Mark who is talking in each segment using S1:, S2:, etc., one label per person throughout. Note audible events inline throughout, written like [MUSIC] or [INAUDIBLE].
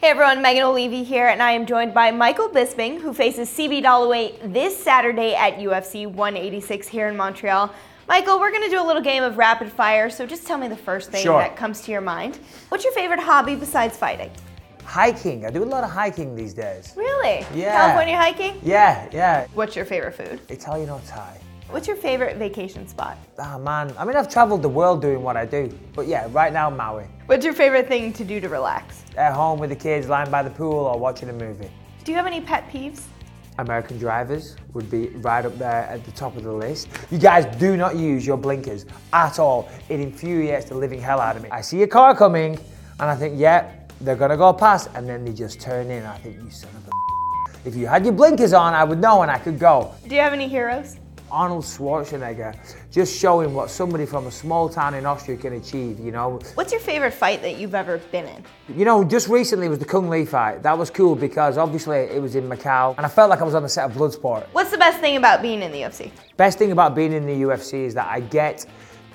S1: Hey everyone, Megan O'Levy here, and I am joined by Michael Bisping, who faces CB Dalloway this Saturday at UFC 186 here in Montreal. Michael, we're going to do a little game of rapid fire, so just tell me the first thing
S2: Sure.
S1: that comes to your mind. What's your favorite hobby besides fighting?
S2: Hiking. I do a lot of hiking these days.
S1: Really?
S2: Yeah.
S1: California hiking?
S2: Yeah, yeah.
S1: What's your favorite food?
S2: Italian or Thai.
S1: What's your favorite vacation spot?
S2: Ah, man. I mean, I've traveled the world doing what I do. But yeah, right now, Maui.
S1: What's your favorite thing to do to relax?
S2: At home with the kids, lying by the pool or watching a movie.
S1: Do you have any pet peeves?
S2: American drivers would be right up there at the top of the list. You guys do not use your blinkers at all. It infuriates the living hell out of me. I see a car coming and I think, yeah, they're gonna go past, and then they just turn in. I think, you son of a. If you had your blinkers on, I would know and I could go.
S1: Do you have any heroes?
S2: Arnold Schwarzenegger, just showing what somebody from a small town in Austria can achieve, you know.
S1: What's your favorite fight that you've ever been in?
S2: You know, just recently was the Kung Lee fight. That was cool because obviously it was in Macau and I felt like I was on the set of Bloodsport.
S1: What's the best thing about being in the UFC?
S2: Best thing about being in the UFC is that I get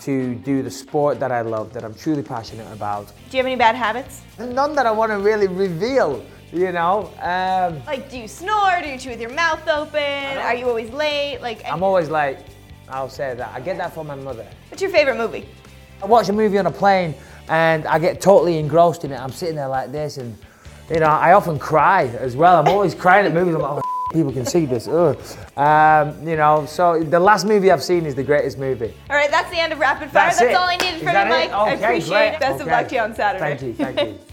S2: to do the sport that I love, that I'm truly passionate about.
S1: Do you have any bad habits?
S2: None that I want to really reveal, you know. Um,
S1: Like, do you snore? Do you chew with your mouth open? Are you always late? Like,
S2: I'm always like, I'll say that. I get that from my mother.
S1: what's your favorite movie?
S2: I watch a movie on a plane and I get totally engrossed in it. I'm sitting there like this and, you know, I often cry as well. I'm always crying at movies. I'm like, oh, [LAUGHS] people can see this. Ugh. Um, you know, so the last movie I've seen is the greatest movie.
S1: All right, that's the end of Rapid Fire. That's,
S2: it.
S1: all I needed
S2: Is
S1: from you,
S2: that
S1: Mike.
S2: it?
S1: I
S2: Okay,
S1: appreciate
S2: great.
S1: it. Best of
S2: Okay.
S1: luck to you on Saturday. [LAUGHS]
S2: Thank you, thank you.